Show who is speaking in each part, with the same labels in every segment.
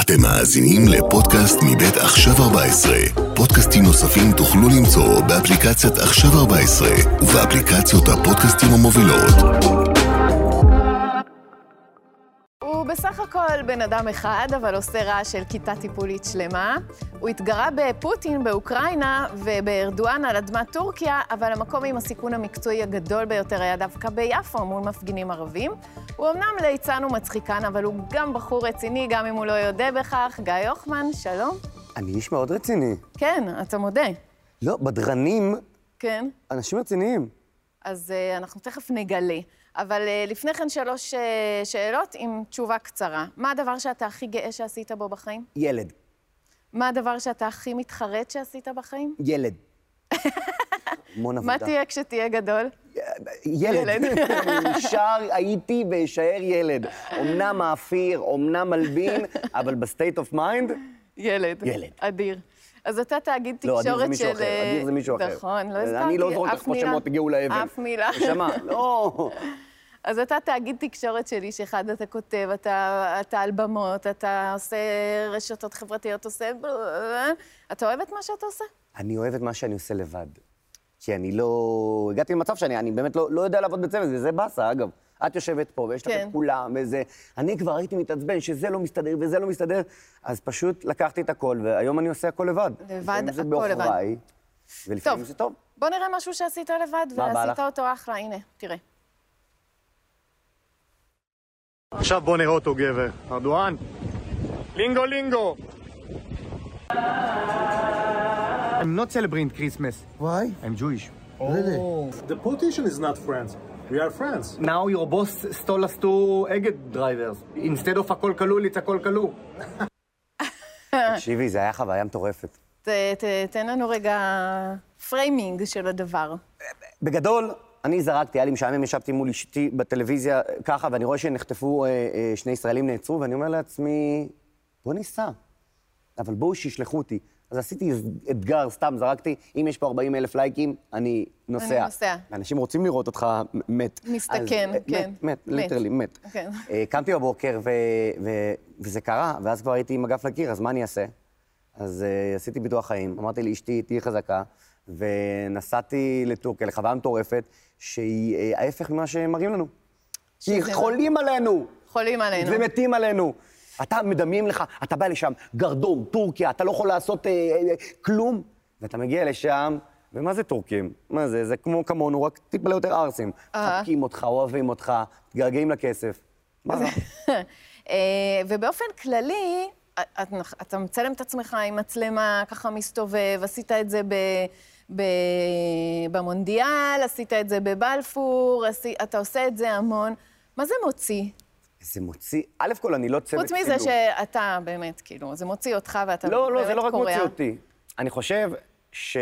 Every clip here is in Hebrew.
Speaker 1: אתם מאזינים לפודקאסט מבית עכשיו 14. פודקאסטים נוספים תוכלו למצוא באפליקציית עכשיו 14 ובאפליקציות הפודקאסטים המובילות.
Speaker 2: הוא בסך הכל בן אדם אחד, אבל עושה רעש של כיתה טיפולית שלמה. הוא התגרה בפוטין באוקראינה ובארדואן על אדמת טורקיה, אבל המקום עם הסיכון המקצועי הגדול ביותר היה דווקא ביפו מול מפגינים ערבים. הוא אמנם ליצן ומצחיקן, אבל הוא גם בחור רציני, גם אם הוא לא יודע בכך. גיא הוחמן, שלום.
Speaker 3: אני איש מאוד רציני.
Speaker 2: כן, אתה מודה.
Speaker 3: לא, בדרנים,
Speaker 2: כן.
Speaker 3: אנשים רציניים.
Speaker 2: אז uh, אנחנו תכף נגלה. אבל uh, לפני כן שלוש uh, שאלות עם תשובה קצרה. מה הדבר שאתה הכי גאה שעשית בו בחיים?
Speaker 3: ילד,
Speaker 2: מה הדבר שאתה הכי מתחרט שעשית בחיים?
Speaker 3: ילד. המון עבודה.
Speaker 2: מה תהיה כשתהיה גדול?
Speaker 3: ילד.
Speaker 2: ילד.
Speaker 3: אני נשאר, הייתי ואשאר ילד. אמנם מאפיר, אמנם מלבין, אבל בסטייט אוף מיינד,
Speaker 2: ילד.
Speaker 3: ילד.
Speaker 2: אדיר. אז אתה תאגיד
Speaker 3: לא, אדיר זה
Speaker 2: תקשורת
Speaker 3: מישהו
Speaker 2: של...
Speaker 3: אחר, אדיר זה מישהו אחר.
Speaker 2: נכון, לא
Speaker 3: אני
Speaker 2: הזכרתי אף מילה.
Speaker 3: לא זורק לך פה שמות, תגיעו לאבן.
Speaker 2: אף מילה.
Speaker 3: נשמה, לא.
Speaker 2: אז אתה תאגיד תקשורת של איש אחד, אתה כותב, אתה, אתה על במות, אתה עושה רשתות חברתיות, עושה... אה, אתה אוהב את מה שאתה עושה?
Speaker 3: אני אוהב את מה שאני עושה לבד. כי אני לא... הגעתי למצב שאני אני באמת לא, לא יודע לעבוד בצוות, וזה באסה, אגב. את יושבת פה, ויש לך
Speaker 2: כן.
Speaker 3: את כולם, וזה... אני כבר הייתי מתעצבן שזה לא מסתדר וזה לא מסתדר, אז פשוט לקחתי את הכל, והיום אני עושה הכל לבד. לפעמים זה
Speaker 2: הכל
Speaker 3: בעוכריי, ולפעמים
Speaker 2: טוב.
Speaker 3: זה טוב.
Speaker 2: בוא נראה משהו שעשית לבד,
Speaker 3: מה בא
Speaker 2: ועשית
Speaker 3: לך?
Speaker 2: אותו אחלה, הנה, תראה.
Speaker 4: עכשיו בוא נראה אותו גבר. ארדואן? לינגו לינגו! I'm not celebrating Christmas.
Speaker 5: Why?
Speaker 4: I'm Jewish. Oh.
Speaker 5: Really?
Speaker 6: The politician is not friends. We are friends.
Speaker 4: Now your boss stole us two Egged drivers. Instead of הכל כלול, it's הכל כלול.
Speaker 2: אה.
Speaker 3: תקשיבי, זה היה חוויה מטורפת.
Speaker 2: ת, ת, תן לנו רגע פריימינג של הדבר.
Speaker 3: בגדול, אני זרקתי, היה לי משעמם, ישבתי מול אשתי בטלוויזיה אה, ככה, ואני רואה שנחטפו, אה, אה, שני ישראלים נעצרו, ואני אומר לעצמי, בוא ניסע, אבל בואו שישלחו אותי. אז עשיתי אתגר, סתם זרקתי, אם יש פה 40 אלף לייקים, אני נוסע.
Speaker 2: אני נוסע.
Speaker 3: אנשים רוצים לראות אותך מ- מת.
Speaker 2: מסתכן,
Speaker 3: אז, אה,
Speaker 2: כן.
Speaker 3: מת, מת,
Speaker 2: מת.
Speaker 3: ליטרלי, מת.
Speaker 2: כן.
Speaker 3: אה, קמתי בבוקר, ו- ו- וזה קרה, ואז כבר הייתי עם הגב לקיר, אז מה אני אעשה? אז uh, עשיתי ביטוח חיים, אמרתי לאשתי, תהיי חזקה, ונסעתי לטורקיה, לחוויה מטורפת, שהיא uh, ההפך ממה שמראים לנו. כי
Speaker 2: מה?
Speaker 3: חולים עלינו,
Speaker 2: חולים עלינו.
Speaker 3: ומתים עלינו. אתה מדמיין לך, אתה בא לשם, גרדום, טורקיה, אתה לא יכול לעשות אה, אה, אה, כלום, ואתה מגיע לשם, ומה זה טורקים? מה זה? זה כמו כמונו, רק טיפה יותר ערסים.
Speaker 2: אהה.
Speaker 3: מחבקים אותך, אוהבים אותך, מתגעגעים לכסף. מה זה?
Speaker 2: אה, ובאופן כללי, את- אתה מצלם את עצמך עם מצלמה, ככה מסתובב, עשית את זה ב... ב... במונדיאל, עשית את זה בבלפור, עשי... אתה עושה את זה המון. מה זה מוציא?
Speaker 3: זה מוציא, א' כל, אני לא צוות
Speaker 2: חוץ מזה שאתה באמת, כאילו, זה מוציא אותך ואתה
Speaker 3: לא, לא, זה
Speaker 2: באמת
Speaker 3: לא רק
Speaker 2: קורע.
Speaker 3: מוציא אותי. אני חושב ש...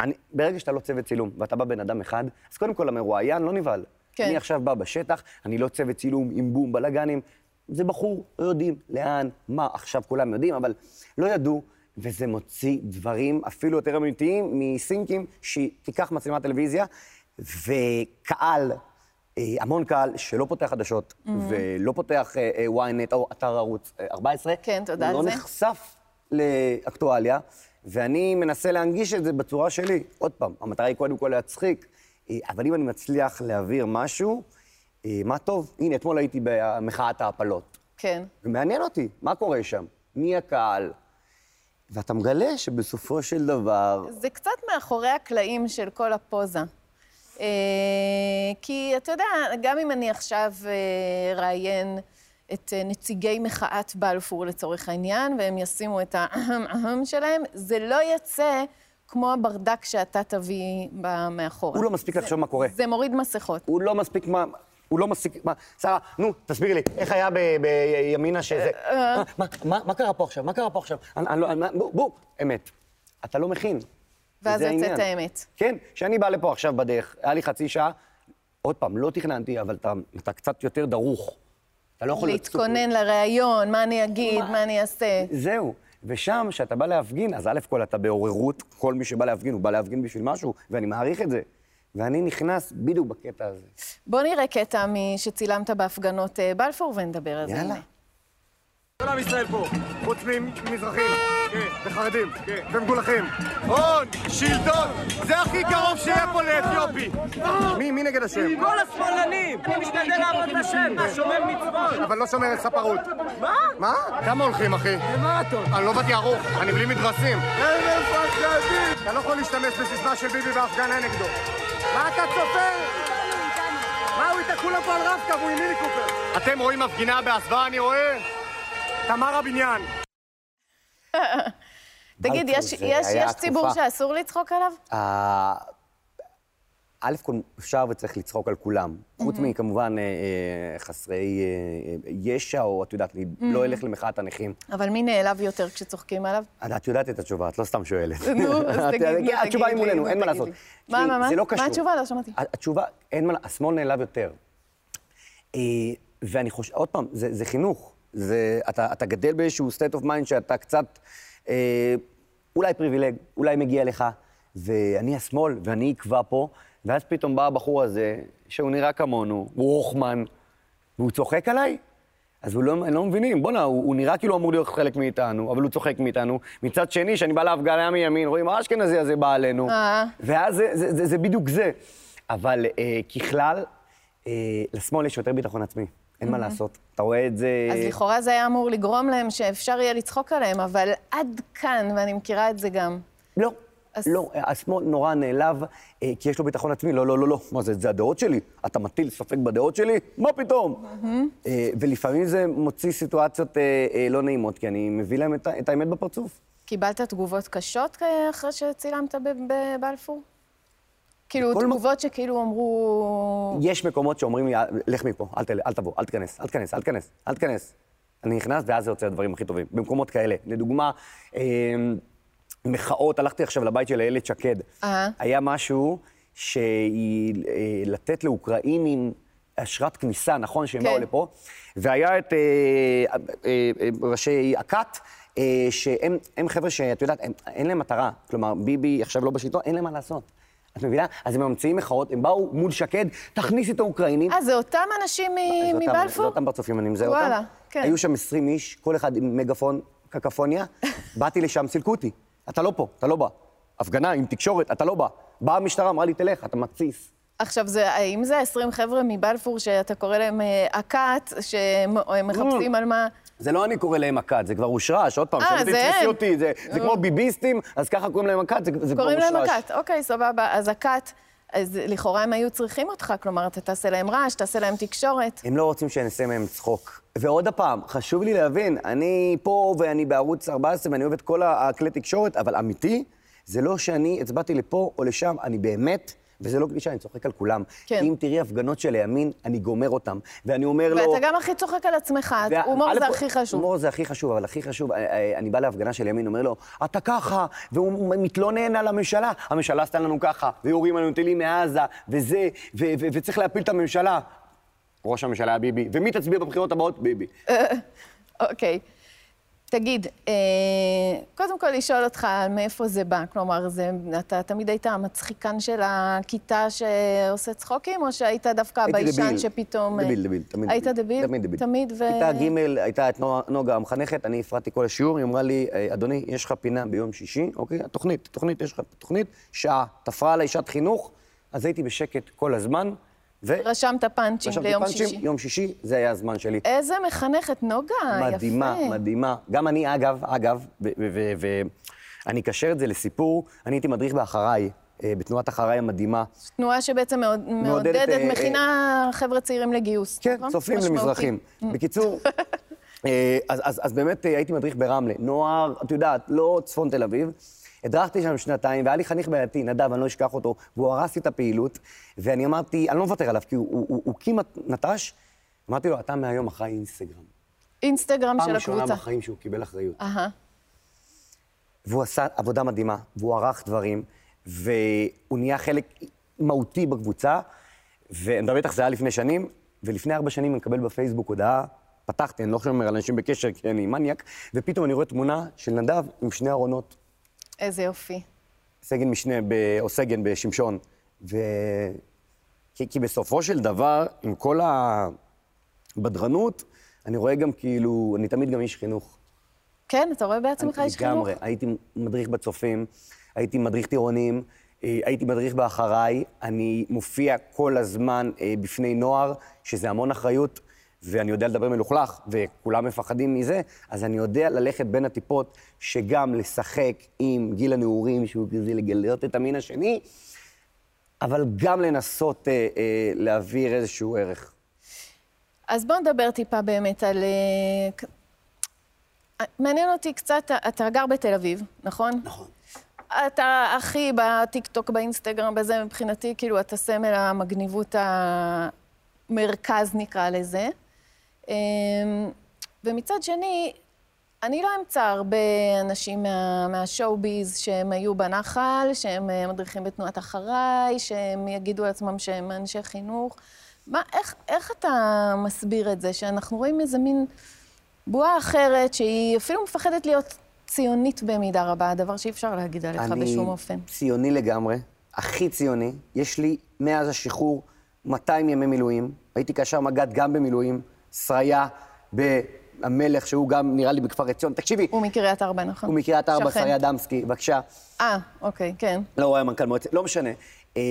Speaker 3: אני, ברגע שאתה לא צוות צילום ואתה בא בן אדם אחד, אז קודם כל המרואיין לא נבהל.
Speaker 2: כן.
Speaker 3: אני עכשיו בא בשטח, אני לא צוות צילום עם בום, בלאגנים. זה בחור, לא יודעים לאן, מה, עכשיו כולם יודעים, אבל לא ידעו, וזה מוציא דברים אפילו יותר אמיתיים מסינקים שתיקח מצלמת טלוויזיה, וקהל, אה, המון קהל שלא פותח חדשות, mm-hmm. ולא פותח אה, אה, ynet או אתר ערוץ אה, 14.
Speaker 2: כן, תודה
Speaker 3: הוא
Speaker 2: על
Speaker 3: לא
Speaker 2: זה.
Speaker 3: נחשף לאקטואליה, ואני מנסה להנגיש את זה בצורה שלי. עוד פעם, המטרה היא קודם כל להצחיק, אה, אבל אם אני מצליח להעביר משהו, אה, מה טוב. הנה, אתמול הייתי במחאת ההפלות,
Speaker 2: כן.
Speaker 3: ומעניין אותי, מה קורה שם? מי הקהל? ואתה מגלה שבסופו של דבר...
Speaker 2: זה קצת מאחורי הקלעים של כל הפוזה. אה, כי אתה יודע, גם אם אני עכשיו אה, ראיין את אה, נציגי מחאת בלפור לצורך העניין, והם ישימו את האהם אהם שלהם, זה לא יצא כמו הברדק שאתה תביא ב- מאחורה.
Speaker 3: הוא לא מספיק לחשוב מה קורה.
Speaker 2: זה מוריד מסכות.
Speaker 3: הוא לא מספיק מה... הוא לא מספיק... מה... שרה, נו, תסבירי לי, איך היה ב- בימינה שזה...
Speaker 2: אה.
Speaker 3: מה- מה- מה מה קרה פה עכשיו? מה קרה פה עכשיו? אני- אני לא... אני- בוא, בוא, אמת. אתה לא מכין.
Speaker 2: ואז
Speaker 3: וזה
Speaker 2: יוצאת
Speaker 3: העניין.
Speaker 2: האמת.
Speaker 3: כן, כשאני בא לפה עכשיו בדרך, היה לי חצי שעה, עוד פעם, לא תכננתי, אבל אתה- אתה קצת יותר דרוך. אתה לא יכול להיות סופר.
Speaker 2: להתכונן לראיון, מה אני אגיד, מה אני אעשה.
Speaker 3: זהו. ושם, כשאתה בא להפגין, אז א' כל אתה בעוררות, כל מי שבא להפגין, הוא בא להפגין בשביל משהו, ואני מעריך את זה. ואני נכנס בדיוק בקטע הזה.
Speaker 2: בוא נראה קטע מ- שצילמת בהפגנות אה, בלפור ונדבר על זה.
Speaker 3: יאללה.
Speaker 2: הנה.
Speaker 7: כל
Speaker 4: עם ישראל פה. חוץ ממזרחים, כן, וחרדים, כן, ומגולחים. הון, שלטון, זה הכי קרוב שיהיה פה לאתיופי. מי, מי נגד השם?
Speaker 5: כל השמאלנים! אני משתדל לעבוד את השם, מה, שומר מצוות?
Speaker 4: אבל לא שומר את ספרות.
Speaker 5: מה?
Speaker 4: מה? כמה הולכים, אחי?
Speaker 5: מרתון.
Speaker 4: אני לא באתי ערוך, אני בלי מדרסים. הם מפחדים! אתה לא יכול להשתמש בסיסמה של ביבי בהפגנה נגדו. מה אתה צופה? מה, הוא איתה כולם פה על רב-קו, הוא עם מיני קופר. אתם רואים מפגינה בהסוואה, אני רואה? תמר הבניין.
Speaker 2: תגיד,
Speaker 3: בלפור
Speaker 2: יש,
Speaker 3: זה
Speaker 2: יש,
Speaker 3: היה
Speaker 2: יש ציבור
Speaker 3: התקופה.
Speaker 2: שאסור לצחוק עליו?
Speaker 3: אה, א' כל אפשר וצריך לצחוק על כולם. חוץ מכמובן אה, אה, חסרי אה, אה, ישע, או את יודעת, אני לא אלך למחאת הנכים.
Speaker 2: אבל מי נעלב יותר כשצוחקים עליו?
Speaker 3: אז את יודעת את התשובה, את לא סתם שואלת.
Speaker 2: נו, אז
Speaker 3: את-
Speaker 2: תגיד, נו,
Speaker 3: כן, התשובה
Speaker 2: תגיד
Speaker 3: היא
Speaker 2: לי, נו,
Speaker 3: מולנו, אין מה
Speaker 2: תגיד
Speaker 3: לעשות.
Speaker 2: לי. מה, מה,
Speaker 3: תשמעי,
Speaker 2: מה?
Speaker 3: זה לא
Speaker 2: מה
Speaker 3: קשור.
Speaker 2: התשובה? לא שמעתי.
Speaker 3: התשובה, אין מה, השמאל נעלב יותר. אה, ואני חושב, עוד פעם, זה, זה חינוך. זה, אתה, אתה גדל באיזשהו state of mind שאתה קצת, אה, אולי פריבילג, אולי מגיע לך, ואני השמאל, ואני אקבע פה, ואז פתאום בא הבחור הזה, שהוא נראה כמונו, הוא הוכמן, והוא צוחק עליי? אז הוא לא, הם לא מבינים, בואנה, הוא, הוא נראה כאילו אמור להיות חלק מאיתנו, אבל הוא צוחק מאיתנו. מצד שני, שאני בא להפגנה מימין, רואים, האשכנזי הזה בא עלינו.
Speaker 2: אה.
Speaker 3: ואז זה, זה, זה, זה בדיוק זה. אבל אה, ככלל, אה, לשמאל יש יותר ביטחון עצמי, אין מה לעשות. אתה רואה את זה...
Speaker 2: אז לכאורה זה היה אמור לגרום להם שאפשר יהיה לצחוק עליהם, אבל עד כאן, ואני מכירה את זה גם.
Speaker 3: לא.
Speaker 2: אז-
Speaker 3: לא, השמאל נורא נעלב, אה, כי יש לו ביטחון עצמי. לא, לא, לא, לא. מה זה, זה הדעות שלי? אתה מטיל ספק בדעות שלי? מה פתאום? אה, ולפעמים זה מוציא סיטואציות אה, אה, לא נעימות, כי אני מביא להם את ה- את האמת בפרצוף.
Speaker 2: קיבלת תגובות קשות כאלה אחרי שצילמת ב- בבלפור? כאילו,
Speaker 3: בכל מק-
Speaker 2: תגובות שכאילו אמרו...
Speaker 3: יש מקומות שאומרים לי, "אה, לך מפה, אל תל- אל תבוא, אל תיכנס, אל תיכנס, אל תיכנס, אל תיכנס. אני נכנס, ואז זה יוצא הדברים הכי טובים. במקומות כאלה. לדוגמה, אה, מחאות, הלכתי עכשיו לבית של איילת שקד.
Speaker 2: אהה.
Speaker 3: היה משהו שהיא, אה, לתת לאוקראינים אשרת כניסה, נכון, שהם
Speaker 2: כן.
Speaker 3: באו לפה? והיה את אה, אה, אה, ראשי הכת, אה, שהם הם חבר'ה שאת יודעת, הם, אין להם מטרה. כלומר, ביבי עכשיו לא בשלטון, אין להם מה לעשות. את מבינה? אז הם ממציאים מחאות, הם באו מול שקד, תכניס את האוקראינים.
Speaker 2: אה, זה אותם אנשים מ-
Speaker 3: זה אותם-
Speaker 2: מבלפור?
Speaker 3: זה אותם פרצופים, אני מזהה אותם.
Speaker 2: וואלה, כן.
Speaker 3: היו שם 20 איש, כל אחד עם מגפון, קקפוניה. באתי לשם, סילקו אותי. אתה לא פה, אתה לא בא. הפגנה עם תקשורת, אתה לא בא. באה המשטרה, אמרה לי, תלך, אתה מתסיס.
Speaker 2: עכשיו, זה, האם זה 20 חבר'ה מבלפור שאתה קורא להם אה, הכת,
Speaker 3: Mm.
Speaker 2: שמחפשים על מה...
Speaker 3: זה לא אני קורא להם הכת, זה כבר הושרש, עוד פעם,
Speaker 2: אה,
Speaker 3: שאלתי,
Speaker 2: זה הם. אה.
Speaker 3: "תתפסי אותי, זה, זה כמו ביביסטים, אז ככה קוראים להם הכת, זה, זה כבר
Speaker 2: קוראים
Speaker 3: הושרש.
Speaker 2: להם הכת, אוקיי, סבבה. אז הכת, אז לכאורה הם היו צריכים אותך, כלומר, אתה תעשה להם רעש, תעשה להם תקשורת.
Speaker 3: הם לא רוצים שנעשה מהם צחוק. ועוד הפעם, חשוב לי להבין, אני פה ואני בערוץ 14 ואני אוהב את כל ה- הכלי תקשורת, אבל אמיתי, זה לא שאני הצבעתי לפה או לשם, אני באמת... וזה לא קלישה, אני צוחק על כולם.
Speaker 2: כן.
Speaker 3: אם תראי הפגנות של הימין, אני גומר אותם. ואני אומר לו...
Speaker 2: ואתה גם הכי צוחק על עצמך,
Speaker 3: וה-
Speaker 2: הומור
Speaker 3: לא- א',
Speaker 2: זה הכי חשוב.
Speaker 3: הומור זה הכי חשוב, אבל הכי חשוב, אה, אה, אני בא להפגנה של ימין, אומר לו, אתה ככה, והוא מתלונן על הממשלה. הממשלה עשתה לנו ככה, ויורים עלינו טילים מעזה, וזה, ו- ו- וצריך להפיל את הממשלה. ראש הממשלה היה ביבי, ומי תצביע בבחירות הבאות? ביבי.
Speaker 2: אוקיי. תגיד, אה, קודם כל לשאול אותך על מאיפה זה בא. כלומר, זה, אתה תמיד היית המצחיקן של הכיתה שעושה צחוקים, או שהיית דווקא
Speaker 3: הייתי
Speaker 2: הביישן
Speaker 3: דביל.
Speaker 2: שפתאום... אה,
Speaker 3: דביל, דביל, תמיד.
Speaker 2: היית דביל?
Speaker 3: תמיד דביל.
Speaker 2: תמיד, ו...
Speaker 3: כיתה ג' הייתה את נועה- נוגה המחנכת, אני הפרעתי כל השיעור, היא אמרה לי, "אה, אדוני, יש לך פינה ביום שישי, אוקיי? תוכנית, תוכנית, יש לך תוכנית, שעה. תפרה עליי שעת חינוך, אז הייתי בשקט כל הזמן, ו...
Speaker 2: רשמת פאנצ'ים
Speaker 3: רשמתי
Speaker 2: ליום
Speaker 3: פאנצ'ים,
Speaker 2: שישי.
Speaker 3: יום שישי, זה היה הזמן שלי.
Speaker 2: איזה מחנכת, נוגה, אה, יפה.
Speaker 3: מדהימה, מדהימה. גם אני, אגב, אגב, ואני אקשר את זה לסיפור, אני הייתי מדריך באחריי, אה, בתנועת אחריי המדהימה.
Speaker 2: תנועה שבעצם מעוד-
Speaker 3: מעודדת,
Speaker 2: מעודדת,
Speaker 3: אה,
Speaker 2: מכינה חבר'ה צעירים לגיוס.
Speaker 3: כן,
Speaker 2: נכון?
Speaker 3: צופים
Speaker 2: משמעותי. Mm.
Speaker 3: למזרחים. בקיצור, אה, אז- אז אז באמת אה, הייתי מדריך ברמלה. נוער, את יודעת, לא צפון תל אביב. הדרכתי שם שנתיים, והיה לי חניך בעייתי, נדב, אני לא אשכח אותו, והוא הרס לי את הפעילות, ואני אמרתי, אני לא מוותר עליו, כי הוא- הוא הוא- הוא כמעט נטש. אמרתי לו, אתה מהיום אחראי אינסטגרם.
Speaker 2: אינסטגרם
Speaker 3: פעם
Speaker 2: של
Speaker 3: ראשונה
Speaker 2: הקבוצה.
Speaker 3: בחיים שהוא קיבל אחריות.
Speaker 2: אהה.
Speaker 3: והוא עשה עבודה מדהימה, והוא ערך דברים, והוא נהיה חלק מהותי בקבוצה, ואני מדבר איתך, זה היה לפני שנים, ולפני ארבע שנים אני מקבל בפייסבוק הודעה, פתחתי, אני לא שומר על אנשים בקשר, כי אני מניאק, ופתאום אני רואה תמונה של נדב עם שני ארונות,
Speaker 2: איזה יופי.
Speaker 3: סגן משנה, ב, או סגן בשמשון, ו... כי, כי בסופו של דבר, עם כל הבדרנות, אני רואה גם כאילו, אני תמיד גם איש חינוך.
Speaker 2: כן, אתה רואה בעצמך איש חינוך?
Speaker 3: לגמרי. הייתי מדריך בצופים, הייתי מדריך טירונים, אה, הייתי מדריך באחריי, אני מופיע כל הזמן אה, בפני נוער, שזה המון אחריות, ואני יודע לדבר מלוכלך, וכולם מפחדים מזה, אז אני יודע ללכת בין הטיפות, שגם לשחק עם גיל הנעורים, שהוא כזה לגלות את המין השני, אבל גם לנסות אה, אה, להעביר איזשהו ערך.
Speaker 2: אז בואו נדבר טיפה באמת על... אה, ק- מעניין אותי קצת, אתה גר בתל אביב, נכון? נכון. אתה הכי בטיקטוק, באינסטגרם, בזה, מבחינתי, כאילו, אתה סמל המגניבות המרכז, נקרא לזה. אמ, ומצד שני, אני לא אמצא הרבה אנשים מה, מהשואו-ביז שהם היו בנחל, שהם אה, מדריכים בתנועת אחריי, שהם יגידו לעצמם שהם אנשי חינוך. מה, איך, איך אתה מסביר את זה, שאנחנו רואים איזה מין בועה אחרת, שהיא אפילו מפחדת להיות ציונית במידה רבה, דבר שאי אפשר להגיד עליך בשום אופן.
Speaker 3: אני ציוני לגמרי, הכי ציוני. יש לי מאז השחרור 200 ימי מילואים. הייתי קשר מג"ד גם במילואים, שריה במלך, שהוא גם נראה לי בכפר עציון. תקשיבי,
Speaker 2: הוא מקריית ארבע, נכון?
Speaker 3: הוא מקריית ארבע,
Speaker 2: שכן.
Speaker 3: שריה דמסקי, בבקשה.
Speaker 2: אה, אוקיי, כן.
Speaker 3: לא, הוא היה מנכ"ל מועצת, לא משנה. אה,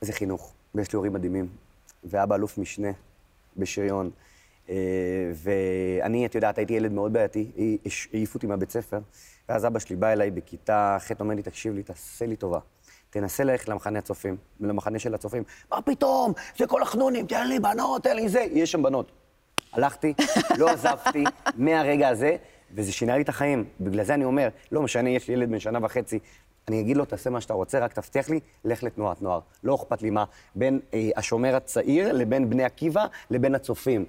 Speaker 3: זה חינוך, ויש לי הורים מדהימים, ואבא אלוף משנה בשריון. אה, ואני, את יודעת, הייתי ילד מאוד בעייתי, הש- העיפו אותי מהבית ספר, ואז אבא שלי בא אליי בכיתה ח', אומר לי, תקשיב לי, תעשה לי טובה. תנסה ללכת למחנה הצופים, למחנה של הצופים. מה פתאום? זה כל החנונים, תן לי בנות, תן לי זה. יש שם בנות. הלכתי, לא עזבתי מהרגע הזה, וזה שינה לי את החיים. בגלל זה אני אומר, לא משנה, יש לי ילד בן שנה וחצי, אני אגיד לו, תעשה מה שאתה רוצה, רק תבטיח לי, לך לתנועת נוער. לא אכפת לי מה, בין אה, השומר הצעיר לבין בני עקיבא לבין הצופים.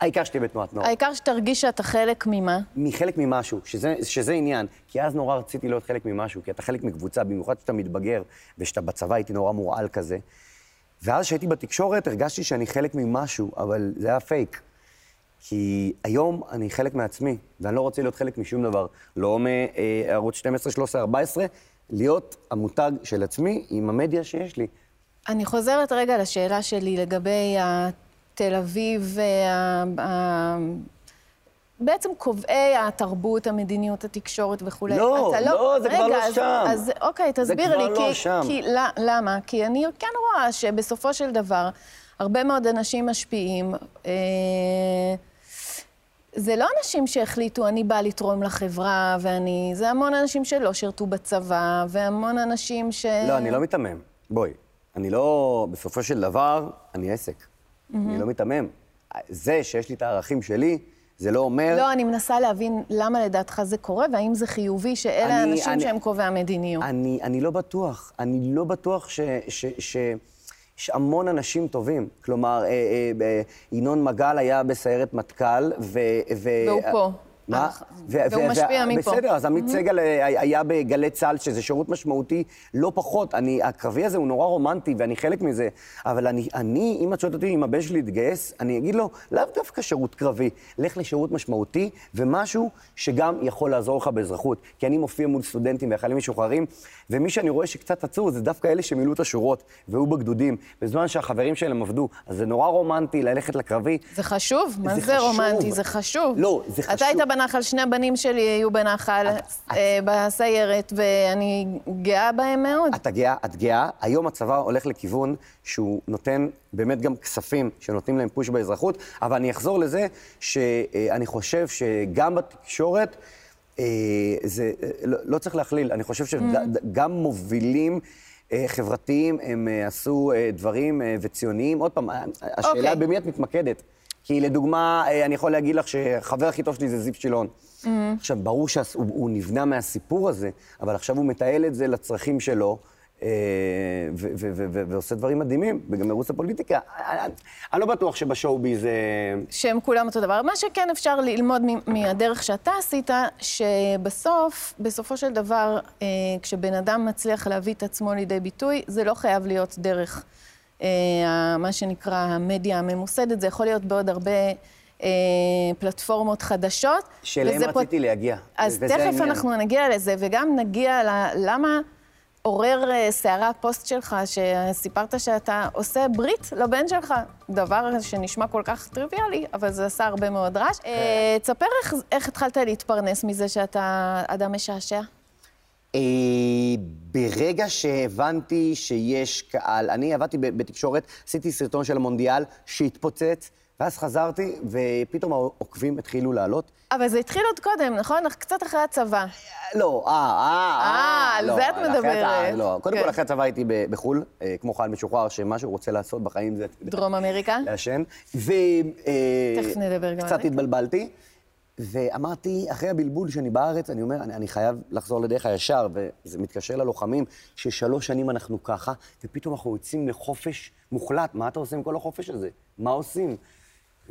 Speaker 3: העיקר שתהיה בתנועת נוער.
Speaker 2: העיקר שתרגיש שאתה חלק ממה.
Speaker 3: מחלק ממשהו, שזה, שזה עניין. כי אז נורא רציתי להיות חלק ממשהו, כי אתה חלק מקבוצה, במיוחד כשאתה מתבגר, וכשאתה בצבא הייתי נורא מורעל כזה. ואז כשהייתי בתקשורת, הרגשתי שאני חלק ממשהו, אבל זה היה פייק. כי היום אני חלק מעצמי, ואני לא רוצה להיות חלק משום דבר. לא מערוץ 12, 13, 14, להיות המותג של עצמי עם המדיה שיש לי.
Speaker 2: אני חוזרת רגע לשאלה שלי לגבי התל אביב, וה- ה- בעצם קובעי התרבות, המדיניות, התקשורת וכולי.
Speaker 3: לא,
Speaker 2: אתה
Speaker 3: לא, זה כבר
Speaker 2: רגע,
Speaker 3: לא
Speaker 2: אז,
Speaker 3: שם.
Speaker 2: אז אוקיי, תסביר
Speaker 3: כבר
Speaker 2: לי.
Speaker 3: לא
Speaker 2: כי,
Speaker 3: שם.
Speaker 2: כי, ל- למה? כי אני כן רואה שבסופו של דבר, הרבה מאוד אנשים משפיעים. אה, זה לא אנשים שהחליטו, אני באה לתרום לחברה, ואני... זה המון אנשים שלא שירתו בצבא, והמון אנשים ש...
Speaker 3: לא, אני לא מיתמם. בואי, אני לא... בסופו של דבר, אני עסק. אני לא מיתמם. זה שיש לי את הערכים שלי, זה לא אומר...
Speaker 2: לא, אני מנסה להבין למה לדעתך זה קורה, והאם זה חיובי שאלה
Speaker 3: אני-
Speaker 2: האנשים
Speaker 3: אני-
Speaker 2: שהם קובעי המדיניות.
Speaker 3: אני, אני לא בטוח. אני לא בטוח ש... ש, ש יש המון אנשים טובים. כלומר, אה, אה, אה, ינון מגל היה בסיירת מטכ"ל, ו... ו
Speaker 2: והוא פה.
Speaker 3: אה, מה?
Speaker 2: אך- והוא משפיע מפה. Mm-hmm.
Speaker 3: בסדר, אז עמית סגל אה, היה בגלי צה"ל, שזה שירות משמעותי לא פחות. אני, הקרבי הזה הוא נורא רומנטי, ואני חלק מזה. אבל אני, אני אם את שואלת אותי אם הבן שלי יתגייס, אני אגיד לו, לאו דווקא שירות קרבי, לך לשירות משמעותי, ומשהו שגם יכול לעזור לך באזרחות. כי אני מופיע מול סטודנטים וחיילים משוחררים, ומי שאני רואה שקצת עצור זה דווקא אלה שמילאו את השורות, והיו בגדודים, בזמן שהחברים שלהם עבדו. אז זה נורא רומנטי ללכת לקרבי.
Speaker 2: זה חשוב? מה
Speaker 3: זה
Speaker 2: זה,
Speaker 3: חשוב.
Speaker 2: רומנטי? זה חשוב.
Speaker 3: לא, זה חשוב.
Speaker 2: אתה היית בנחל, שני הבנים שלי היו בנחל,
Speaker 3: את-
Speaker 2: אה, בסיירת, ואני גאה בהם מאוד.
Speaker 3: את גאה, את גאה. היום הצבא הולך לכיוון שהוא נותן באמת גם כספים שנותנים להם פוש באזרחות, אבל אני אחזור לזה שאני חושב שגם בתקשורת... אה, זה, אה, לא, לא צריך להכליל, אני חושב שגם מובילים אה, חברתיים, הם אה, עשו אה, דברים אה, וציוניים. עוד פעם, אה, השאלה
Speaker 2: אוקיי.
Speaker 3: במי את מתמקדת. כי לדוגמה, אה, אני יכול להגיד לך שחבר הכי טוב שלי זה זיו שילון. עכשיו, ברור שהוא נבנה מהסיפור הזה, אבל עכשיו הוא מתעל את זה לצרכים שלו, אה, ו- ו- ו- ו- ועושה דברים מדהימים, וגם ערוץ הפוליטיקה. אה, אני- אני לא בטוח שבשואובי זה...
Speaker 2: שהם כולם אותו דבר. מה שכן אפשר ללמוד מ- מהדרך שאתה עשית, שבסוף, בסופו של דבר, אה, כשבן אדם מצליח להביא את עצמו לידי ביטוי, זה לא חייב להיות דרך אה, ה- מה שנקרא המדיה הממוסדת, זה יכול להיות בעוד הרבה אה, פלטפורמות חדשות.
Speaker 3: שאליהם
Speaker 2: וזה פות-
Speaker 3: רציתי להגיע.
Speaker 2: אז
Speaker 3: וזה
Speaker 2: תכף
Speaker 3: העניין.
Speaker 2: אנחנו נגיע לזה, וגם נגיע ל... למה... עורר אה, סערה הפוסט שלך, שסיפרת שאתה עושה ברית לבן שלך. דבר שנשמע כל כך טריוויאלי, אבל זה עשה הרבה מאוד רעש. אה, תספר איך, איך התחלת להתפרנס מזה שאתה אדם משעשע.
Speaker 3: אה, ברגע שהבנתי שיש קהל, אני עבדתי ב- בתקשורת, עשיתי סרטון של המונדיאל שהתפוצץ, ואז חזרתי, ופתאום העוקבים התחילו לעלות.
Speaker 2: אבל זה התחיל עוד קודם, נכון? קצת אחרי הצבא.
Speaker 3: לא, אה, אה,
Speaker 2: אה, על
Speaker 3: לא,
Speaker 2: זה את
Speaker 3: אחרי הצבא,
Speaker 2: מדברת.
Speaker 3: לא, קודם
Speaker 2: כן.
Speaker 3: כל, אחרי הצבא הייתי ב- בחו"ל, אה, כמו חייל משוחרר, שמה שהוא רוצה לעשות בחיים זה...
Speaker 2: דרום אמריקה?
Speaker 3: לעשן. ו... אה,
Speaker 2: תכף נדבר גם על
Speaker 3: קצת
Speaker 2: זה. כן.
Speaker 3: התבלבלתי, ואמרתי, אחרי הבלבול שאני בארץ, אני אומר, אני, אני חייב לחזור לדרך הישר, וזה מתקשר ללוחמים, ששלוש שנים אנחנו ככה, ופתאום אנחנו יוצאים לחופש מוחלט, מה אתה עושה עם כל החופש הזה? מה עושים?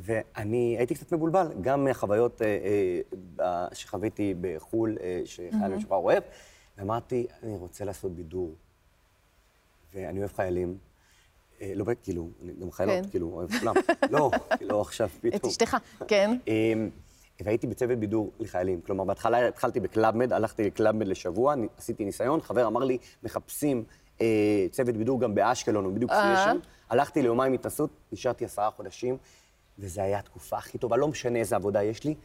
Speaker 3: ואני הייתי קצת מבולבל, גם מהחוויות אה, אה, אה, שחוויתי בחו"ל, אה, שחייל משוחרר אוהב, ואמרתי, אני רוצה לעשות בידור. ואני אוהב חיילים. אה, לא, כאילו, אני גם חיילות,
Speaker 2: כן.
Speaker 3: כאילו, אוהב כולם. לא, לא עכשיו פתאום.
Speaker 2: את אשתך, כן.
Speaker 3: אמ, והייתי בצוות בידור לחיילים. כלומר, בהתחלה התחלתי בקלאבמד, הלכתי לקלאבמד לשבוע, נ- עשיתי ניסיון, חבר אמר לי, מחפשים אה, צוות בידור גם באשקלון, הוא בדיוק סיים
Speaker 2: אה.
Speaker 3: שם. הלכתי ליומיים התנסות, נשארתי עשרה חודשים, וזו הייתה התקופה הכי טובה, לא משנה איזה עבודה יש לי, זו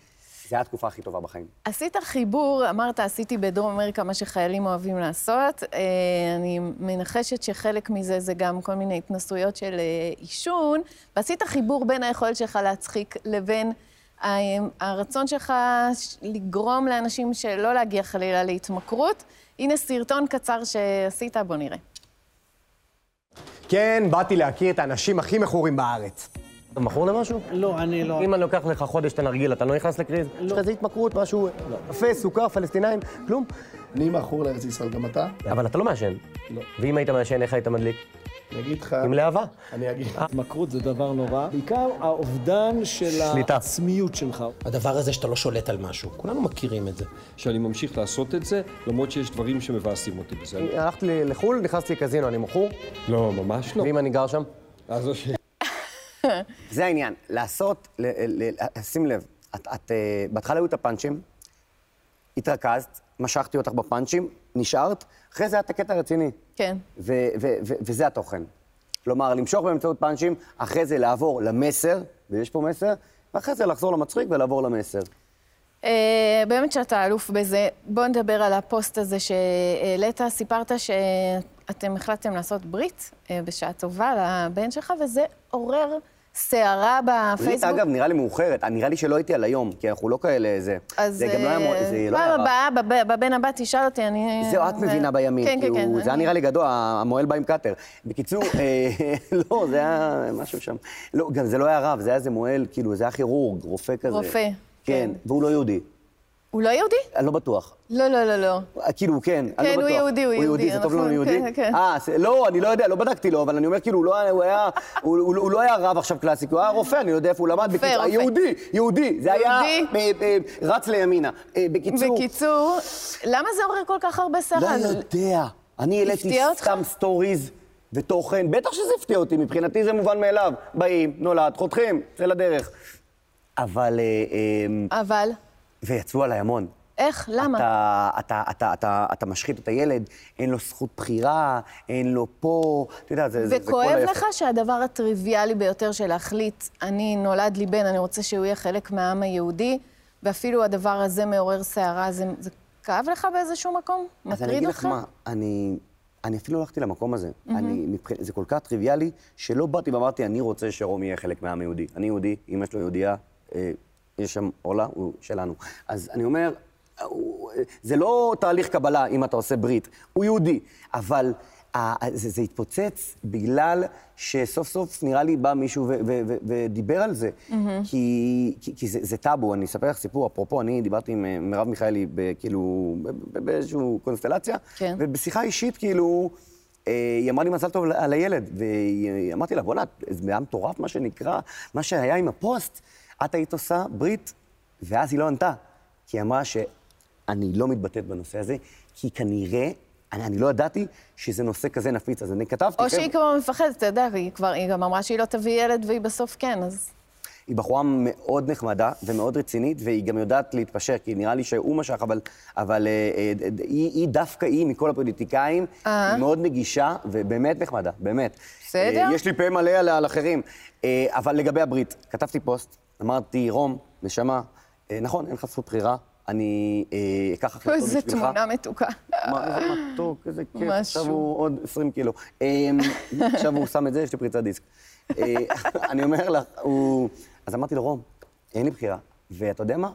Speaker 3: הייתה התקופה הכי טובה בחיים.
Speaker 2: עשית חיבור, אמרת, עשיתי בדרום אמריקה מה שחיילים אוהבים לעשות. אה, אני מנחשת שחלק מזה זה גם כל מיני התנסויות של אה, עישון, ועשית חיבור בין היכולת שלך להצחיק לבין ה- הרצון שלך ש- לגרום לאנשים שלא להגיע חלילה להתמכרות. הנה סרטון קצר שעשית, בוא נראה.
Speaker 4: כן, באתי להכיר את האנשים הכי מכורים בארץ.
Speaker 7: אתה מכור למשהו?
Speaker 8: לא, אני לא.
Speaker 7: אם אני לוקח לך חודש תנרגיל, אתה לא נכנס לקריז? יש לך איזה התמכרות, משהו, קפה, לא. סוכר, פלסטינאים, כלום?
Speaker 9: אני מכור לארץ ישראל, גם אתה?
Speaker 7: אבל אתה לא מעשן.
Speaker 9: לא.
Speaker 7: ואם היית מעשן, איך היית מדליק?
Speaker 9: אני אגיד לך... אה.
Speaker 7: עם להבה.
Speaker 9: אני אגיד.
Speaker 8: התמכרות זה דבר נורא. בעיקר האובדן של
Speaker 7: שליטה.
Speaker 8: העצמיות שלך.
Speaker 10: הדבר הזה שאתה לא שולט על משהו, כולנו מכירים את זה.
Speaker 11: שאני ממשיך לעשות את זה, למרות שיש דברים שמבאסים אותי בזה. אני-
Speaker 7: הלכתי ל- לחו"ל, נכנסתי לקזינו, אני מכור,
Speaker 11: לא, ממש לא.
Speaker 7: ואם אני גר שם?
Speaker 11: אז או ש-
Speaker 3: זה העניין, לעשות, ל, ל, ל, שים לב, את, את, אה, בהתחלה היו את הפאנצ'ים, התרכזת, משכתי אותך בפאנצ'ים, נשארת, אחרי זה היה את הקטע הרציני.
Speaker 2: כן.
Speaker 3: ו- ו- ו- וזה התוכן. כלומר, למשוך באמצעות פאנצ'ים, אחרי זה לעבור למסר, ויש פה מסר, ואחרי זה לחזור למצחיק ולעבור למסר.
Speaker 2: אה, באמת שאתה אלוף בזה. בוא נדבר על הפוסט הזה שהעלית. סיפרת שאתם החלטתם לעשות ברית אה, בשעה טובה לבן שלך, וזה עורר סערה בפייסבוק.
Speaker 3: ברית, אגב, נראה לי מאוחרת. נראה לי שלא הייתי על היום, כי אנחנו לא כאלה זה.
Speaker 2: אז
Speaker 3: זה גם לא היה... מוע-
Speaker 2: אה,
Speaker 3: זה לא
Speaker 2: פעם
Speaker 3: היה... רע.
Speaker 2: הבאה, בב- בבן הבא תשאל אותי, אני...
Speaker 3: זהו, את מבינה בימין.
Speaker 2: כן, כן,
Speaker 3: כאילו,
Speaker 2: כן.
Speaker 3: זה היה
Speaker 2: אני-
Speaker 3: נראה לי גדול, המוהל בא עם קאטר. בקיצור, אה, לא, זה היה משהו שם. לא, גם זה לא היה רב, זה היה איזה מוהל, כאילו, זה היה כירורג, רופא כזה.
Speaker 2: רופא,
Speaker 3: כן,
Speaker 2: כן.
Speaker 3: והוא לא יהודי.
Speaker 2: הוא לא יהודי?
Speaker 3: אני לא בטוח.
Speaker 2: לא, לא, לא, לא.
Speaker 3: אה, כאילו, הוא כן, אני לא
Speaker 2: כן,
Speaker 3: בטוח.
Speaker 2: הוא יהודי, הוא
Speaker 3: הוא יהודי,
Speaker 2: יהודי,
Speaker 3: זה טוב לנו
Speaker 2: אנחנו-
Speaker 3: יהודי?
Speaker 2: כן, כן.
Speaker 3: אה, זה- לא, אני לא יודע, לא בדקתי לו, אבל אני אומר, כאילו, הוא לא היה- הוא היה, הוא- הוא הוא לא היה רב עכשיו קלאסי, כי הוא היה רופא, אני לא יודע איפה הוא למד. בקיצור,
Speaker 2: רופא.
Speaker 3: יהודי, יהודי, זה היה
Speaker 2: יהודי.
Speaker 3: אה, אה, רץ לימינה. אה, בקיצור,
Speaker 2: בקיצור, למה זה עורר כל כך הרבה
Speaker 3: לא
Speaker 2: סערה?
Speaker 3: יודע. אני העליתי
Speaker 2: הפתיע אותך?
Speaker 3: סתם סטוריז ותוכן, בטח שזה הפתיע אותי, מבחינתי זה מובן מאליו. באים, נולד, חותכים, זה לדרך. אבל, אה, אה,
Speaker 2: אבל,
Speaker 3: ויצאו עליי המון.
Speaker 2: איך? למה?
Speaker 3: אתה, אתה, אתה, אתה, אתה משחית את הילד, אין לו זכות בחירה, אין לו פה, אתה יודע, זה, זה, זה כל
Speaker 2: וכואב
Speaker 3: היפה.
Speaker 2: לך שהדבר הטריוויאלי ביותר של להחליט, אני נולד לי בן, אני רוצה שהוא יהיה חלק מהעם היהודי, ואפילו הדבר הזה מעורר סערה, זה, זה כאב לך באיזשהו מקום?
Speaker 3: אז אני
Speaker 2: מטריד
Speaker 3: אגיד
Speaker 2: אותך?
Speaker 3: לך מה, אני, אני אפילו לא הלכתי למקום הזה. Mm-hmm. אני, מבח... זה כל כך טריוויאלי, שלא באתי ואמרתי, אני רוצה שרום יהיה חלק מהעם היהודי. אני יהודי, אמא שלו יהודייה, אה, יש שם עולה, הוא שלנו. אז אני אומר, אה, הוא- אה, זה לא תהליך קבלה אם אתה עושה ברית, הוא יהודי, אבל... ה- זה, זה התפוצץ בגלל שסוף סוף נראה לי בא מישהו ו- ו- ו- ודיבר על זה. Mm-hmm. כי, כי, כי זה, זה טאבו, אני אספר לך סיפור, אפרופו, אני דיברתי עם אה, מרב מיכאלי, ב- כאילו, ב- ב- באיזושהי קונסטלציה,
Speaker 2: כן.
Speaker 3: ובשיחה אישית, כאילו, אה, היא אמרה לי מזל טוב על- על הילד, ואמרתי לה, בוא'נה, זה היה מטורף מה שנקרא, מה שהיה עם הפוסט, את היית עושה ברית, ואז היא לא ענתה, כי היא אמרה שאני לא מתבטאת בנושא הזה, כי כנראה, אני, אני לא ידעתי שזה נושא כזה נפיץ, אז אני כתבתי...
Speaker 2: או שהיא
Speaker 3: "חבר'ה,
Speaker 2: כבר מפחדת, אתה יודע, היא כבר, היא גם אמרה שהיא לא תביא ילד והיא בסוף כן, אז...
Speaker 3: היא בחורה מאוד נחמדה ומאוד רצינית, והיא גם יודעת להתפשר, כי נראה לי שהוא משך, אבל, אבל אה, אה, ד- היא, היא דווקא היא, מכל הפוליטיקאים,
Speaker 2: אה.
Speaker 3: היא מאוד נגישה ובאמת נחמדה, באמת.
Speaker 2: בסדר.
Speaker 3: אה, יש לי פה מלא על, על אחרים. אה, אבל לגבי הברית, כתבתי פוסט, אמרתי, רום, נשמה, אה, נכון, אין לך זכות בחירה, אני אה, אקח החלטות בשבילך.
Speaker 2: איזה תמונה מתוקה.
Speaker 3: מה, איזה מתוק, איזה כיף. עכשיו
Speaker 2: משהו.
Speaker 3: הוא עוד 20 קילו. אמ, עכשיו הוא שם את זה, יש לי פריצת דיסק. אה, אני אומר לך, הוא... אז אמרתי לו, רום, אין לי בחירה. ואתה יודע מה?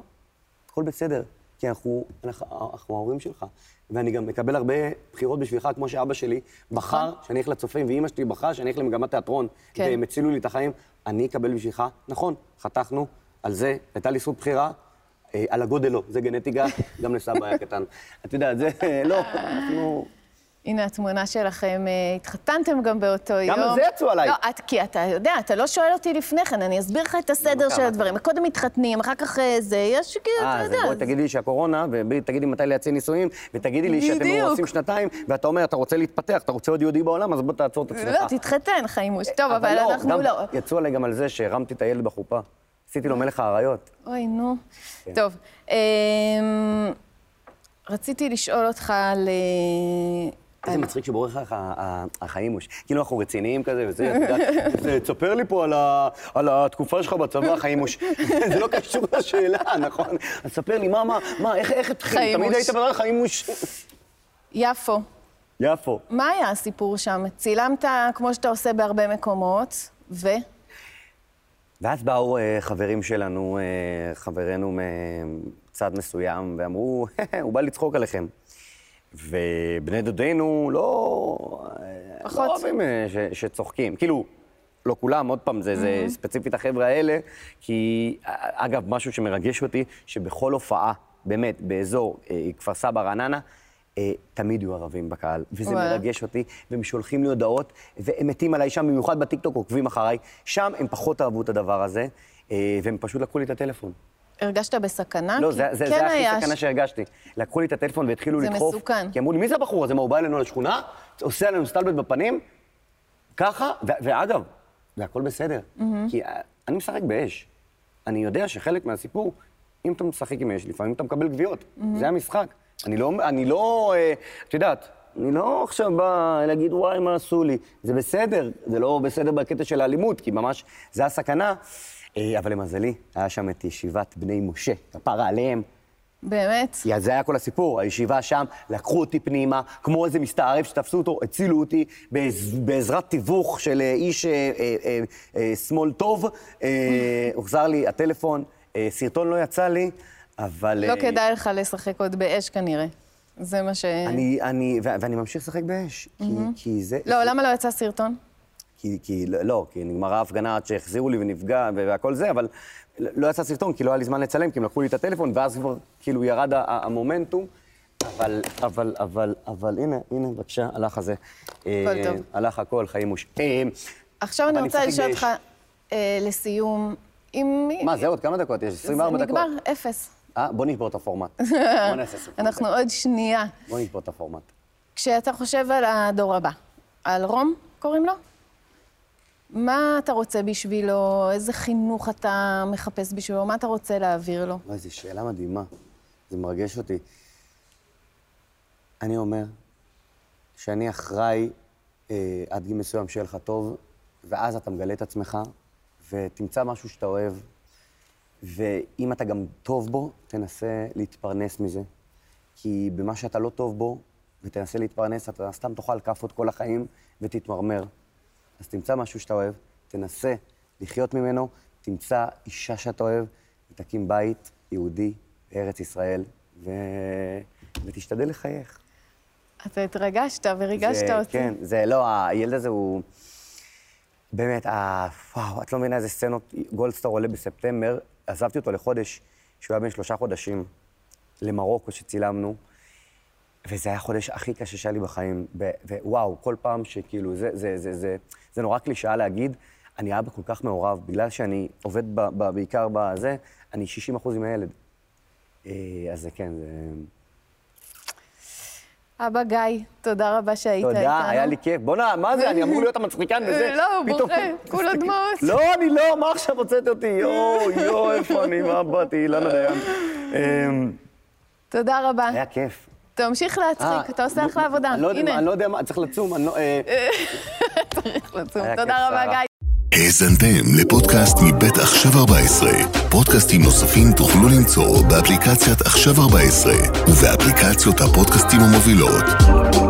Speaker 3: הכל בסדר, כי אנחנו, אנחנו, אנחנו ההורים שלך. ואני גם מקבל הרבה בחירות בשבילך, כמו שאבא שלי בחר שאני אלך לצופים, ואימא שלי בחרה שאני אלך למגמת תיאטרון.
Speaker 2: נכון. כן.
Speaker 3: והם הצילו לי את החיים. אני אקבל בשבילך, נכון, חתכנו על זה, הייתה לי זכות בחירה. אה, על הגודל לא, זה גנטיקה, גם לסבא היה קטן. את יודעת, זה לא, אנחנו...
Speaker 2: הנה התמונה שלכם, אה, התחתנתם גם באותו יום.
Speaker 3: על זה יצאו עליי.
Speaker 2: לא, את, כי אתה יודע, אתה לא שואל אותי לפני כן, אני אסביר לך את הסדר של
Speaker 3: לא, כמה?
Speaker 2: הדברים. קודם מתחתנים, אחר כך אה, זה, יש, כאילו, אתה
Speaker 3: אה, אז
Speaker 2: יודע.
Speaker 3: בואי תגידי לי שהקורונה, ותגידי לי מתי לייצא נישואים, ותגידי לי שאתם
Speaker 2: בדיוק.
Speaker 3: רוצים שנתיים, ואתה אומר, אתה רוצה להתפתח, אתה רוצה עוד יהודי בעולם, אז בוא תעצור את עצמך.
Speaker 2: לא, תתחתן, חיימוש. טוב, אבל
Speaker 3: לא,
Speaker 2: אנחנו
Speaker 3: גם
Speaker 2: לא.
Speaker 3: יצאו עליי גם על זה שהרמתי את הילד בחופה. עשיתי לו מלך האריות.
Speaker 2: אוי, נו.
Speaker 3: כן.
Speaker 2: טוב, אמ, רציתי לשאול אותך על... אה,
Speaker 3: איזה מצחיק שבורח לך ה- ה- החיימוש. כאילו אנחנו רציניים כזה וזה, את יודעת, זה, תספר לי פה על ה- על התקופה שלך בצבא, חיימוש. זה לא קשור לשאלה, נכון? אז ספר לי, מה, מה, מה, איך- איך התחיל? תמיד
Speaker 2: חיימוש.
Speaker 3: היית בן אדם חיימוש.
Speaker 2: יפו.
Speaker 3: יפו.
Speaker 2: מה היה הסיפור שם? צילמת כמו שאתה עושה בהרבה מקומות, ו...
Speaker 3: ואז באו אה, חברים שלנו, אה, חברינו מצד מסוים, ואמרו, הוא בא לצחוק עליכם. ובני דודינו לא... אה,
Speaker 2: פחות.
Speaker 3: לא אוהבים אה, ש- שצוחקים. כאילו, לא כולם, עוד פעם, זה, זה ספציפית החבר'ה האלה, כי, א- אגב, משהו שמרגש אותי, שבכל הופעה, באמת, באזור אה, כפר סבא, רעננה, אה, תמיד יהיו ערבים בקהל, וזה
Speaker 2: וואלה.
Speaker 3: מרגש. מרגש אותי, והם שולחים לי הודעות, והם מתים עליי שם, במיוחד בטיקטוק עוקבים אחריי. שם הם פחות אהבו את הדבר הזה, אה, והם פשוט לקחו לי את הטלפון.
Speaker 2: הרגשת בסכנה?
Speaker 3: לא,
Speaker 2: כי
Speaker 3: זה, זה,
Speaker 2: כן
Speaker 3: זה
Speaker 2: היה
Speaker 3: הכי סכנה
Speaker 2: ש-
Speaker 3: שהרגשתי. לקחו לי את הטלפון והתחילו
Speaker 2: זה
Speaker 3: לדחוף.
Speaker 2: מסוכן.
Speaker 3: כי אמרו לי, מי זה הבחור הזה? מה, הוא בא אלינו לשכונה? עושה עלינו סטלבט בפנים? ככה, ו- ואגב, זה הכל בסדר. כי אה, אני משחק באש. אני יודע שחלק מהסיפור, אם אתה משחק עם אש, לפעמים אתה מקבל גוויות. זה המשחק. אני לא, אני לא, אה, את יודעת, אני לא עכשיו בא להגיד, וואי, מה עשו לי? זה בסדר, זה לא בסדר בקטע של האלימות, כי ממש זה הסכנה. אה, אבל למזלי, היה שם את ישיבת בני משה, כפרה עליהם.
Speaker 2: באמת?
Speaker 3: כי אז זה היה כל הסיפור, הישיבה שם, לקחו אותי פנימה, כמו איזה מסתערב שתפסו אותו, הצילו אותי בעז, בעזרת תיווך של אה, איש אה, אה, אה, אה, שמאל טוב. אה, הוחזר לי הטלפון, אה, סרטון לא יצא לי, אבל...
Speaker 2: לא
Speaker 3: אה,
Speaker 2: כדאי לך לשחק עוד באש כנראה. זה מה ש...
Speaker 3: אני, אני, ו- ואני ממשיך לשחק באש, כי, כי זה...
Speaker 2: לא, למה לא יצא סרטון?
Speaker 3: כי, כי לא- לא, כי נגמרה ההפגנה עד שהחזירו לי ונפגע ו- והכל זה, אבל לא לא יצא סרטון, כי לא היה לי זמן לצלם, כי הם לקחו לי את הטלפון, ואז כבר כאילו ירד ה- ה- המומנטום. אבל, אבל, אבל, אבל, הנה, הנה, בבקשה, הלך הזה. אה,
Speaker 2: הכל טוב.
Speaker 3: הלך הכל, חיימוש. אה,
Speaker 2: עכשיו
Speaker 3: אבל
Speaker 2: אני רוצה
Speaker 3: משחק
Speaker 2: לשאול
Speaker 3: באש.
Speaker 2: אותך, אה, לסיום, אם...
Speaker 3: מה, זה עוד כמה דקות? יש 24 דקות.
Speaker 2: נגמר, אפס.
Speaker 3: אה, בוא נשבור את הפורמט. בוא נעשה סיפור.
Speaker 2: אנחנו עוד שנייה.
Speaker 3: בוא נשבור את הפורמט.
Speaker 2: כשאתה חושב על הדור הבא, על רום, קוראים לו? מה אתה רוצה בשבילו? איזה חינוך אתה מחפש בשבילו? מה אתה רוצה להעביר לו?
Speaker 3: וואי, זו שאלה מדהימה. זה מרגש אותי. אני אומר שאני אחראי אה, עד גיל מסוים שיהיה לך טוב, ואז אתה מגלה את עצמך, ותמצא משהו שאתה אוהב, ואם אתה גם טוב בו, תנסה להתפרנס מזה. כי במה שאתה לא טוב בו, ותנסה להתפרנס, אתה סתם תאכל כאפות כל החיים ותתמרמר. אז תמצא משהו שאתה אוהב, תנסה לחיות ממנו, תמצא אישה שאתה אוהב, ותקים בית יהודי בארץ ישראל, ו... ותשתדל לחייך.
Speaker 2: אתה התרגשת וריגשת
Speaker 3: זה-
Speaker 2: אותי.
Speaker 3: כן, זה לא, הילד הזה הוא... באמת, ה... וואו, את לא מבינה איזה סצנות. גולדסטאר עולה בספטמבר, עזבתי אותו לחודש, שהוא היה בן שלושה חודשים, למרוקו שצילמנו, וזה היה החודש הכי קשה שהיה לי בחיים. ו- ווואו, כל פעם שכאילו, זה, זה, זה, זה, זה נורא קלישאה להגיד, אני אבא כל כך מעורב, בגלל שאני עובד ב, ב, בעיקר בזה, אני 60 אחוז עם הילד. אה, אז זה כן, זה...
Speaker 2: אבא גיא, תודה רבה שהיית איתנו.
Speaker 3: תודה, היה לי כיף. בואנה, מה זה, אני אמור להיות המצחיקן וזה.
Speaker 2: לא, הוא
Speaker 3: פתאום-
Speaker 2: בוכה, כולו דמעות.
Speaker 3: לא, אני לא, מה עכשיו הוצאת אותי? יואו, יואו, איפה אני, מה באתי, אילנה דיין. אמ,
Speaker 2: תודה רבה.
Speaker 3: היה כיף.
Speaker 2: תמשיך
Speaker 3: אה,
Speaker 2: להצחיק, אתה עושה
Speaker 3: לא-
Speaker 2: אחלה עבודה.
Speaker 3: אני לא יודע מה-
Speaker 2: הנה.
Speaker 3: אני לא יודע מה, צריך לצום, אני לא... אה,
Speaker 2: צריך לצום.
Speaker 3: לא- היה כיף, אה,
Speaker 2: תודה רבה,
Speaker 3: שרה.
Speaker 2: גיא.
Speaker 1: האזנתם לפודקאסט מבית עכשיו 14. פודקאסטים נוספים תוכלו למצוא באפליקציית עכשיו 14 ובאפליקציות הפודקאסטים המובילות.